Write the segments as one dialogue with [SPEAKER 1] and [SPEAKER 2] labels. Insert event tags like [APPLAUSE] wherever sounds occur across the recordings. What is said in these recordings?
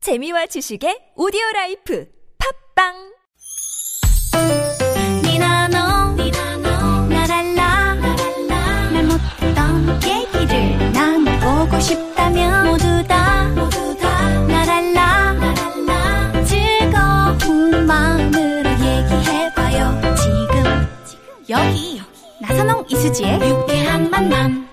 [SPEAKER 1] 재미와 지식의 오디오 라이프 팝빵
[SPEAKER 2] 니나노 나랄라 말 못했던 얘기를 나눠보고 싶다면 모두 다 나랄라 즐거운 마음으로 얘기해봐요 지금 여기 나선홍 이수지의 유쾌한 만남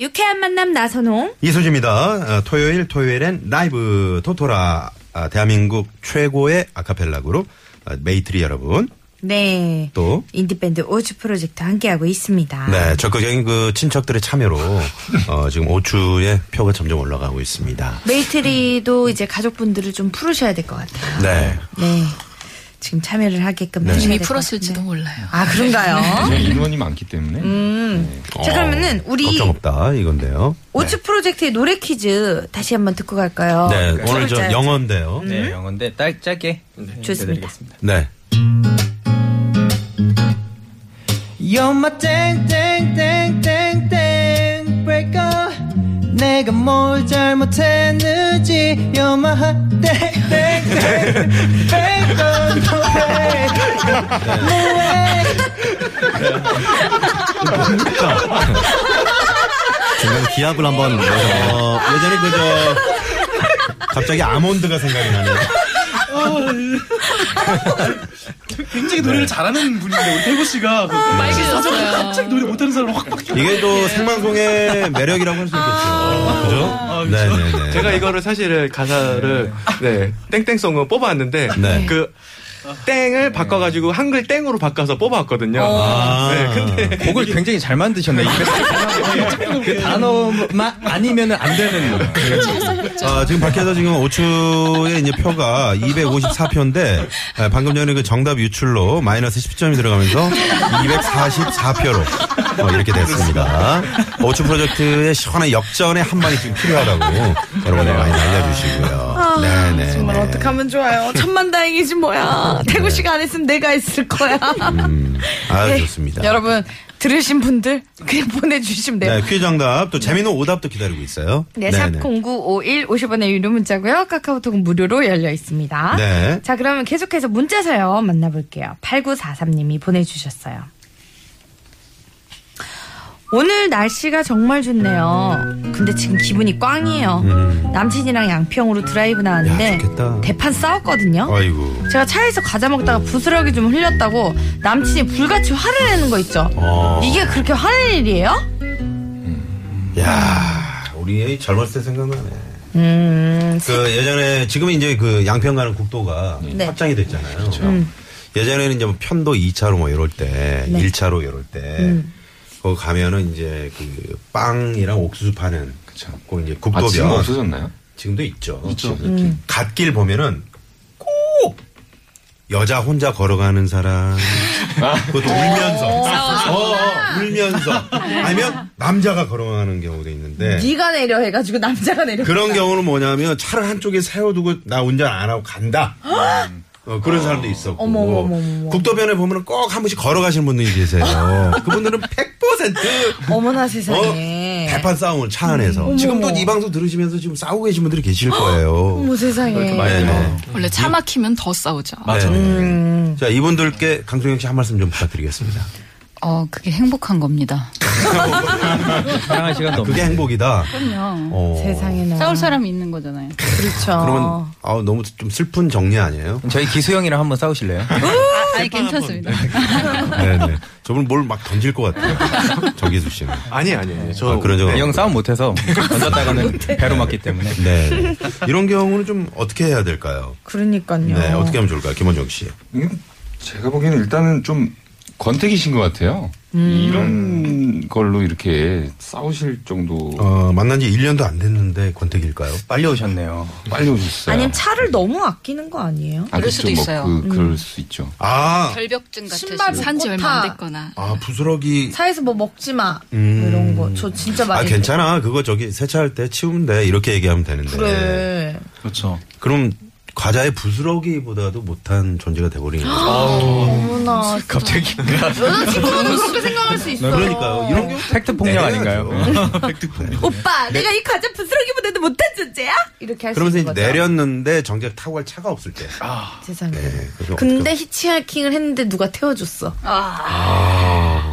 [SPEAKER 3] 유쾌한 만남 나선홍.
[SPEAKER 4] 이수지입니다. 어, 토요일 토요일엔 라이브 토토라 아, 대한민국 최고의 아카펠라 그룹 아, 메이트리 여러분
[SPEAKER 3] 네.
[SPEAKER 4] 또
[SPEAKER 3] 인디밴드 오츠 프로젝트 함께하고 있습니다.
[SPEAKER 4] 네, 적극적인 그 친척들의 참여로 어, 지금 오추의 표가 점점 올라가고 있습니다.
[SPEAKER 3] 메이트리도 이제 가족분들을 좀 풀으셔야 될 것 같아요.
[SPEAKER 4] 네.
[SPEAKER 3] 네. 지금 참여를 하게끔
[SPEAKER 4] 네.
[SPEAKER 3] 해주셔야
[SPEAKER 5] 이미
[SPEAKER 3] 될것
[SPEAKER 5] 풀었을지도
[SPEAKER 3] 같은데.
[SPEAKER 5] 몰라요.
[SPEAKER 3] 아, 그런가요?
[SPEAKER 6] 이제 인원이 많기 때문에
[SPEAKER 3] 자, 그러면은 우리
[SPEAKER 4] 네. 어, 걱정 없다 이건데요.
[SPEAKER 3] 오츠 프로젝트의 노래 퀴즈 다시 한번 듣고 갈까요?
[SPEAKER 4] 네, 오늘
[SPEAKER 3] 첫
[SPEAKER 4] 저
[SPEAKER 3] 어, 글자였죠. 음.
[SPEAKER 4] 영어인데요.
[SPEAKER 7] 네, 영어인데 딸 짧게
[SPEAKER 3] 좋습니다.
[SPEAKER 7] 해드리겠습니다.
[SPEAKER 4] 네.
[SPEAKER 7] You're my dang dang dang dang dang breaker. 내가 뭘 잘못했는지 You're my hot dang dang dang breaker 노래.
[SPEAKER 4] 중간 기합을
[SPEAKER 3] 예.
[SPEAKER 4] 한번 넣어서 어, 예전에 그저 갑자기 아몬드가 생각이 나네요.
[SPEAKER 8] 굉장히 노래를 잘하는 분인데 우리 태구 씨가 그
[SPEAKER 5] 빨개졌어요.
[SPEAKER 8] 갑자기 노래 못하는 사람으로
[SPEAKER 6] 아,
[SPEAKER 8] 확 바뀌어.
[SPEAKER 4] 이게 또 생방송의 매력이라고 할 수
[SPEAKER 3] 아.
[SPEAKER 4] 있겠죠. 그죠? 네네네.
[SPEAKER 9] 제가 이거를 사실은 가사를 네 땡땡송을 뽑아왔는데
[SPEAKER 4] 네.
[SPEAKER 9] 그 땡을 바꿔가지고 한글 땡으로 바꿔서 뽑아왔거든요.
[SPEAKER 3] 어.
[SPEAKER 4] 아,
[SPEAKER 9] 네, 근데
[SPEAKER 6] 곡을 굉장히 잘 만드셨네. 그 단어만 아니면 안 되는.
[SPEAKER 4] 아, 지금 밖에서 지금 오추의 이제 표가 254표인데 방금 전에 그 정답 유출로 마이너스 10점이 들어가면서 244표로 뭐 이렇게 됐습니다. 오추 프로젝트의 시원한 역전의 한 방이 지금 필요하다고 여러분들 많이 알려주시고요. 네네.
[SPEAKER 3] 아, 정말 어떡하면 좋아요. 천만다행이지 뭐야. 태구 씨가 안 했으면 내가 했을 거야.
[SPEAKER 4] 아,
[SPEAKER 3] 네.
[SPEAKER 4] 좋습니다.
[SPEAKER 3] [LAUGHS] 여러분 들으신 분들 그냥 보내주시면 돼요.
[SPEAKER 4] 네, 퀴즈 정답 또 재미있는 오답도 기다리고 있어요.
[SPEAKER 3] 네, 샵 0951, 50원의 유료 문자고요. 카카오톡은 무료로 열려 있습니다.
[SPEAKER 4] 네.
[SPEAKER 3] 자, 그러면 계속해서 문자 사연 만나볼게요. 8943님이 보내주셨어요. 오늘 날씨가 정말 좋네요. 근데 지금 기분이 꽝이에요. 남친이랑 양평으로 드라이브
[SPEAKER 4] 음. 야,
[SPEAKER 3] 나왔는데
[SPEAKER 4] 좋겠다.
[SPEAKER 3] 대판 싸웠거든요.
[SPEAKER 4] 아이고.
[SPEAKER 3] 제가 차에서 과자 먹다가 부스러기 좀 흘렸다고 남친이 불같이 화를 내는 거 있죠.
[SPEAKER 4] 어.
[SPEAKER 3] 이게 그렇게 화낼 일이에요?
[SPEAKER 4] 야, 우리 젊었을 때 생각나네.
[SPEAKER 3] 음,
[SPEAKER 4] 그 예전에 지금 이제 그 양평 가는 국도가
[SPEAKER 3] 네. 음.
[SPEAKER 4] 확장이 됐잖아요. 음. 예전에는 이제 뭐 편도 2차로 뭐 이럴 때,
[SPEAKER 3] 네.
[SPEAKER 4] 1차로 이럴 때,
[SPEAKER 3] 음.
[SPEAKER 4] 거기 가면은 이제 그 빵이랑 옥수수 파는
[SPEAKER 6] 그쵸.
[SPEAKER 4] 그 이제
[SPEAKER 6] 아,
[SPEAKER 4] 국도변
[SPEAKER 6] 지금 없어졌나요?
[SPEAKER 4] 지금도 있죠.
[SPEAKER 6] 있죠.
[SPEAKER 3] 음.
[SPEAKER 4] 갓길 보면은 꼭 여자 혼자 걸어가는 사람,
[SPEAKER 3] 아.
[SPEAKER 4] 그것도 울면서, 어, 어, 울면서, 아니면 남자가 걸어가는 경우도 있는데.
[SPEAKER 3] 네가 내려 해가지고 남자가 내려.
[SPEAKER 4] 그런 경우는 뭐냐면 차를 한쪽에 세워두고 나 운전 안 하고 간다. 어, 그런 사람도 있었고
[SPEAKER 3] 어머, 어머, 어머, 어머.
[SPEAKER 4] 국도변에 보면 꼭 한 번씩 걸어가시는 분들이
[SPEAKER 3] [LAUGHS]
[SPEAKER 4] 계세요. 그분들은 100%
[SPEAKER 3] 어머나
[SPEAKER 4] 어,
[SPEAKER 3] 세상에.
[SPEAKER 4] 대판 싸움을 차 안에서 지금도 이 방송 들으시면서 지금 싸우고 계신 분들이 계실 거예요.
[SPEAKER 3] 어머 세상에.
[SPEAKER 4] 네, 네.
[SPEAKER 5] 원래 차 막히면 더 싸우죠.
[SPEAKER 4] 맞아요. 네, 자 이분들께 강성영 씨 한 말씀 좀 부탁드리겠습니다.
[SPEAKER 5] 어, 그게 행복한 겁니다.
[SPEAKER 6] 사랑할 시간도
[SPEAKER 4] 그게 행복이다.
[SPEAKER 5] 그럼요.
[SPEAKER 4] 어,
[SPEAKER 3] 세상에나.
[SPEAKER 5] 싸울 사람이 있는 거잖아요.
[SPEAKER 3] 그렇죠.
[SPEAKER 4] 그러면 아우, 너무 좀 슬픈 정리 아니에요?
[SPEAKER 6] 저희 기수형이랑 한번 싸우실래요?
[SPEAKER 5] 아니, 괜찮습니다.
[SPEAKER 4] 네네. 저분 뭘 막 던질
[SPEAKER 3] [LAUGHS]
[SPEAKER 4] 것 같아요. 정기수 씨는.
[SPEAKER 9] 아니 아니에요. 저
[SPEAKER 4] 아, 그런
[SPEAKER 7] 네.
[SPEAKER 4] 적
[SPEAKER 6] 형 싸움
[SPEAKER 7] [LAUGHS]
[SPEAKER 6] 못해서 던졌다가는 배로 맞기 때문에.
[SPEAKER 4] 네. 이런 경우는 좀 어떻게 해야 될까요?
[SPEAKER 3] 그러니까요.
[SPEAKER 4] 네, 어떻게 하면 좋을까요? 김원정 씨.
[SPEAKER 6] 음? 제가 보기에는 일단은 좀 권태기신 것 같아요.
[SPEAKER 5] 음.
[SPEAKER 6] 이런 걸로 이렇게 싸우실 정도
[SPEAKER 4] 어, 만난 지 1년도 안 됐는데 권태기일까요?
[SPEAKER 7] 빨리 오셨네요.
[SPEAKER 6] 빨리 오셨어요.
[SPEAKER 3] 아니면 차를 너무 아끼는 거 아니에요?
[SPEAKER 6] 아,
[SPEAKER 5] 그럴 수도
[SPEAKER 6] 그쵸. 뭐
[SPEAKER 5] 있어요. 음.
[SPEAKER 6] 그, 그럴 수 있죠.
[SPEAKER 4] 아,
[SPEAKER 5] 결벽증 같은
[SPEAKER 3] 신발
[SPEAKER 5] 산지
[SPEAKER 3] 벗고
[SPEAKER 5] 얼마 안
[SPEAKER 3] 타.
[SPEAKER 5] 됐거나.
[SPEAKER 4] 아, 부스러기.
[SPEAKER 3] 차에서 뭐 먹지 마.
[SPEAKER 4] 음.
[SPEAKER 3] 뭐 이런 거. 저 진짜
[SPEAKER 4] 아,
[SPEAKER 3] 많이.
[SPEAKER 4] 괜찮아. 그거 저기 세차할 때 치우면 돼. 이렇게 얘기하면 되는데.
[SPEAKER 3] 그래.
[SPEAKER 7] 그렇죠.
[SPEAKER 4] 럼 과자의 부스러기보다도 못한 존재가 돼버리는 거죠.
[SPEAKER 3] 어머나. [LAUGHS]
[SPEAKER 7] 갑자기
[SPEAKER 3] 여자친구라도 그렇게 생각할 수 있어. 네.
[SPEAKER 4] 그러니까요. 이런 어. 경우
[SPEAKER 7] 팩트 폭력 아닌가요?
[SPEAKER 3] 오빠, 내가 이 과자 부스러기보다도 못한 존재야? 이렇게 할 수
[SPEAKER 4] 그러면서
[SPEAKER 3] 있는
[SPEAKER 4] 이제
[SPEAKER 3] 거죠.
[SPEAKER 4] 내렸는데 정작 타고 갈 차가 없을 때.
[SPEAKER 3] 세상에.
[SPEAKER 4] 네, 그래서
[SPEAKER 3] 아, 근데
[SPEAKER 4] 어떻게-
[SPEAKER 3] 히치하이킹을 했는데 누가 태워줬어.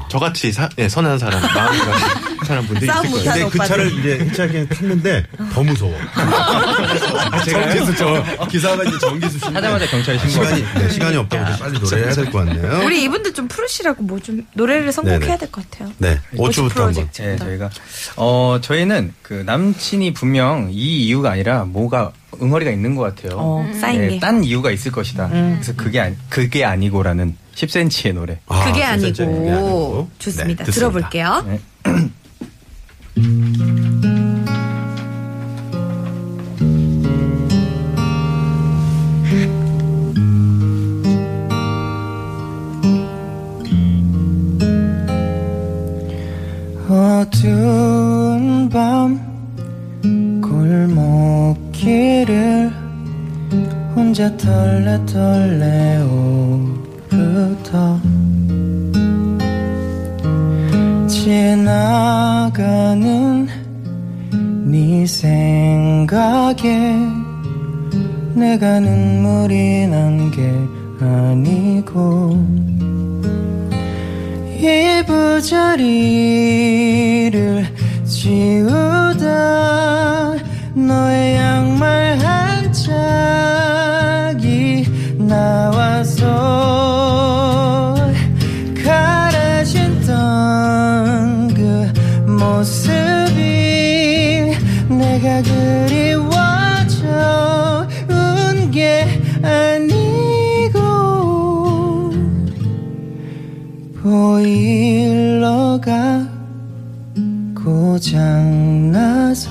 [SPEAKER 9] 저같이 사, 예, 선한 사람, 마음이 가는 사람 분들이
[SPEAKER 3] 싸움
[SPEAKER 9] 있을 거예요.
[SPEAKER 3] 못하는
[SPEAKER 4] 근데 그
[SPEAKER 3] 오빠들.
[SPEAKER 4] 차를 이제 히치하이킹 탔는데 더 무서워.
[SPEAKER 3] [LAUGHS] 아,
[SPEAKER 7] 정지수 저
[SPEAKER 4] 기사가 이제 전기수 씨인데
[SPEAKER 7] 하자마자 경찰에 신고.
[SPEAKER 4] 시간이 네, 시간이 없다고 이제 빨리 노래해야 될 것 같네요.
[SPEAKER 3] 우리 이분들 좀 풀으시라고 뭐 좀 노래를 선곡해야 될 것 같아요.
[SPEAKER 4] 네, 5초부터 한번.
[SPEAKER 7] 네, 저희가 어 저희는 그 남친이 분명 이 이유가 아니라 뭐가 응어리가 있는 것 같아요. 네,
[SPEAKER 3] 어, 쌓인 게.
[SPEAKER 7] 딴 이유가 있을 것이다. 그래서 그게 아니 그게 아니고라는 10cm의 노래.
[SPEAKER 4] 아,
[SPEAKER 3] 그게
[SPEAKER 4] 진짜 그게
[SPEAKER 3] 아니고
[SPEAKER 4] 아니고.
[SPEAKER 3] 좋습니다.
[SPEAKER 4] 네, 듣습니다.
[SPEAKER 3] 들어볼게요.
[SPEAKER 7] 네. 어두운 밤 골목길을 혼자 덜레덜레 오르다 지나가는 네 생각에 내가 눈물이 난 게 아니고 이 부자리를 지우다 너의 양말 한 짝이 나와서 가라진던 그 모습이 내가 그리워져 운 게 아니고 보일러가 고장나서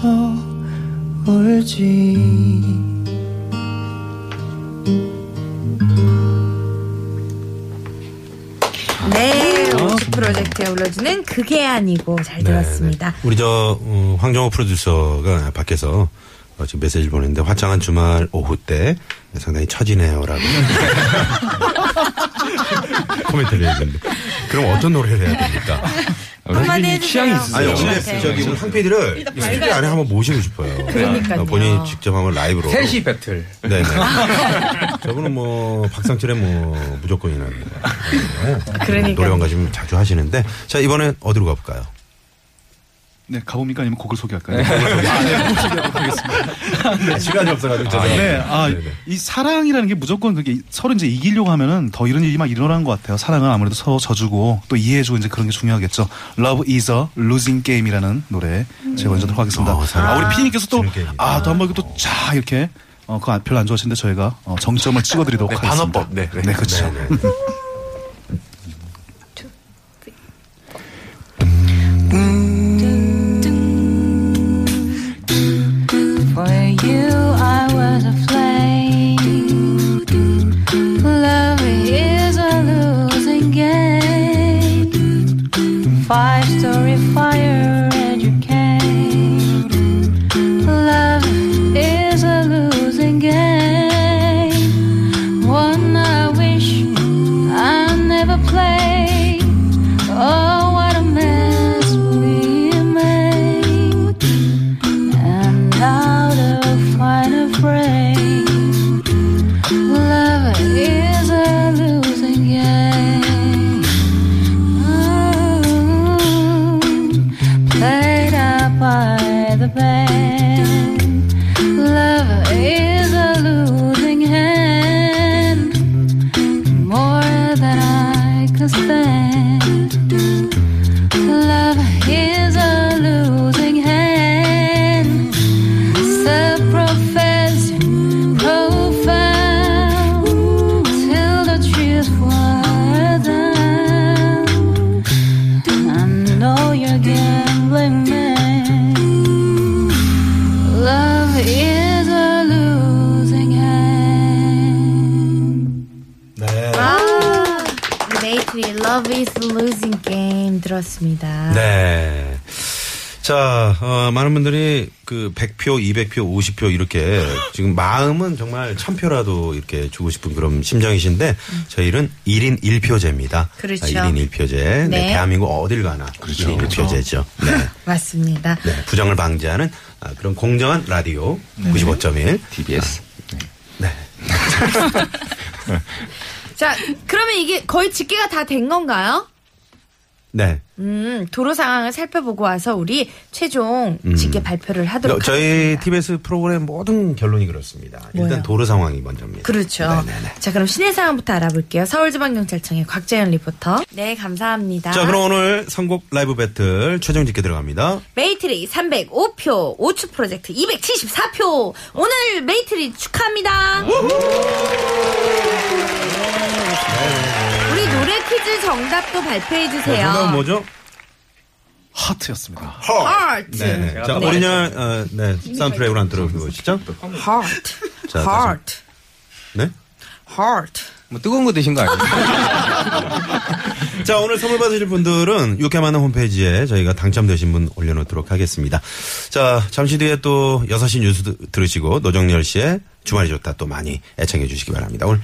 [SPEAKER 7] 울지
[SPEAKER 4] 어?
[SPEAKER 3] 네, 오지 프로젝트에 올려주는 그게 아니고
[SPEAKER 4] 네,
[SPEAKER 3] 잘 들었습니다.
[SPEAKER 4] 우리 저 어, 황정호 프로듀서가 밖에서 어, 지금 메시지를 보냈는데 화창한 주말 오후 때 상당히 처지네요라고 [LAUGHS] 코멘트를 해주는데 그럼 어떤 노래를 해야 됩니까? 네.
[SPEAKER 3] 한마디 해주세요.
[SPEAKER 6] 취향이 있으세요?
[SPEAKER 4] 아니
[SPEAKER 3] 네.
[SPEAKER 4] 오늘
[SPEAKER 3] 네.
[SPEAKER 4] 저기 우리 황 PD를 스튜디오 안에 한번 모시고 싶어요.
[SPEAKER 3] 그러니까요.
[SPEAKER 4] 어, 본인이 직접 한번 라이브로.
[SPEAKER 7] 셋이 배틀
[SPEAKER 4] 네네.
[SPEAKER 3] 아, 네.
[SPEAKER 4] 저분은 뭐 박상철의 뭐 무조건이라는 거.
[SPEAKER 3] 아, 그러니까요.
[SPEAKER 4] 노래방 가시면 자주 하시는데 자 이번엔 어디로 가볼까요? 네,
[SPEAKER 8] 네, 가봅니까? 아니면 곡을 소개할까요? 네.
[SPEAKER 4] 시간이 없어가지고
[SPEAKER 8] 아, 네. 아, 이 사랑이라는 게 무조건 그게 서로 이제 이기려고 하면은 더 이런 일이 막 일어나는 것 같아요. 사랑은 아무래도 서로 져주고 또 이해해주고 이제 그런 게 중요하겠죠. Love is a losing game이라는 노래
[SPEAKER 5] 음.
[SPEAKER 8] 제가 먼저 하겠습니다.
[SPEAKER 4] 어, 사랑.
[SPEAKER 8] 아, 우리 피디님께서 또,
[SPEAKER 4] 지는 게임이다.
[SPEAKER 8] 아, 또 한번 또쫙 이렇게 어, 그거 별로 안 좋아하시는데 저희가 어, 정점을 찍어드리도록
[SPEAKER 9] 네,
[SPEAKER 8] 하겠습니다.
[SPEAKER 9] 반어법. 네, 네.
[SPEAKER 8] 네, 그렇죠. [LAUGHS]
[SPEAKER 2] For you, I was a flame. Love is a losing game. Five story fire, and you came. Love is a losing game. One I wish I never played. Oh, what a mess we made. And now the final frame. Love is a losing game. Ooh, played out by the band. Love is a losing hand. More than I can stand. Love is a losing hand. So profess, profound, till the truth were down. I know you're gambling, man. Love is a losing hand.
[SPEAKER 4] 네.
[SPEAKER 3] 아, 네이트의 Love is Losing Game 들었습니다.
[SPEAKER 4] 네. 자, 어, 많은 분들이 그 100표, 200표, 50표 이렇게 지금 마음은 정말 1000표라도 이렇게 주고 싶은 그런 심정이신데 저희는 1인 1표제입니다.
[SPEAKER 3] 그렇죠.
[SPEAKER 4] 1인 1표제. 네.
[SPEAKER 3] 네.
[SPEAKER 4] 대한민국 어딜 가나.
[SPEAKER 6] 그렇죠.
[SPEAKER 4] 1인 1표제죠. 네.
[SPEAKER 3] 맞습니다.
[SPEAKER 4] 네. 부정을 방지하는 아, 그런 공정한 라디오
[SPEAKER 3] 네.
[SPEAKER 4] 95.1.
[SPEAKER 6] TBS.
[SPEAKER 3] 자, 그러면 이게 거의 집계가 다 된 건가요?
[SPEAKER 4] 네.
[SPEAKER 3] 음, 도로 상황을 살펴보고 와서 우리 최종 집계 발표를 하도록
[SPEAKER 4] 음. 저희
[SPEAKER 3] 하겠습니다.
[SPEAKER 4] TBS 프로그램 모든 결론이 그렇습니다.
[SPEAKER 3] 뭐요?
[SPEAKER 4] 일단 도로 상황이 먼저입니다.
[SPEAKER 3] 그렇죠.
[SPEAKER 4] 네네네.
[SPEAKER 3] 자, 그럼 시내 상황부터 알아볼게요. 서울지방경찰청의 곽재현 리포터. 네, 감사합니다.
[SPEAKER 4] 자, 그럼 오늘 선곡 라이브 배틀 최종 집계 들어갑니다.
[SPEAKER 3] 메이트리 305표, 5추 프로젝트 274표. 오늘 메이트리 축하합니다. 우리 노래 퀴즈 정답도 발표해
[SPEAKER 4] 네, 정답은
[SPEAKER 3] 주세요.
[SPEAKER 4] 뭐죠?
[SPEAKER 8] 하트였습니다.
[SPEAKER 3] Heart.
[SPEAKER 4] 네.
[SPEAKER 7] 제가
[SPEAKER 4] 자,
[SPEAKER 7] 또
[SPEAKER 4] 오리지널 어, 네. 사운드트랙으로 안 들어보시죠?
[SPEAKER 3] Heart.
[SPEAKER 4] 자,
[SPEAKER 3] Heart.
[SPEAKER 4] 네.
[SPEAKER 3] Heart.
[SPEAKER 7] 뭐 뜨거운 거 드신 거 아니에요?
[SPEAKER 4] 네. 자, 오늘 선물 받으실 분들은 육회 만남 홈페이지에 저희가 당첨되신 분 올려놓도록 하겠습니다. 자, 잠시 뒤에 또 6시 뉴스 드- 들으시고 노정열 씨의 주말이 좋다 또 많이 애청해 주시기 바랍니다. 오늘,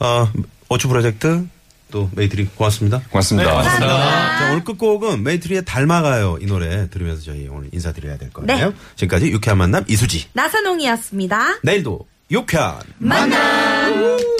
[SPEAKER 4] 어, 어추 프로젝트 또 메이트리 고맙습니다.
[SPEAKER 6] 고맙습니다.
[SPEAKER 4] 자, 오늘 끝곡은 메이트리의 닮아가요 이 노래 들으면서 저희 오늘 인사드려야 될 거예요.
[SPEAKER 3] 네.
[SPEAKER 4] 지금까지 유쾌한 만남 이수지.
[SPEAKER 3] 나선홍이었습니다.
[SPEAKER 4] 내일도 유쾌한
[SPEAKER 3] 만남.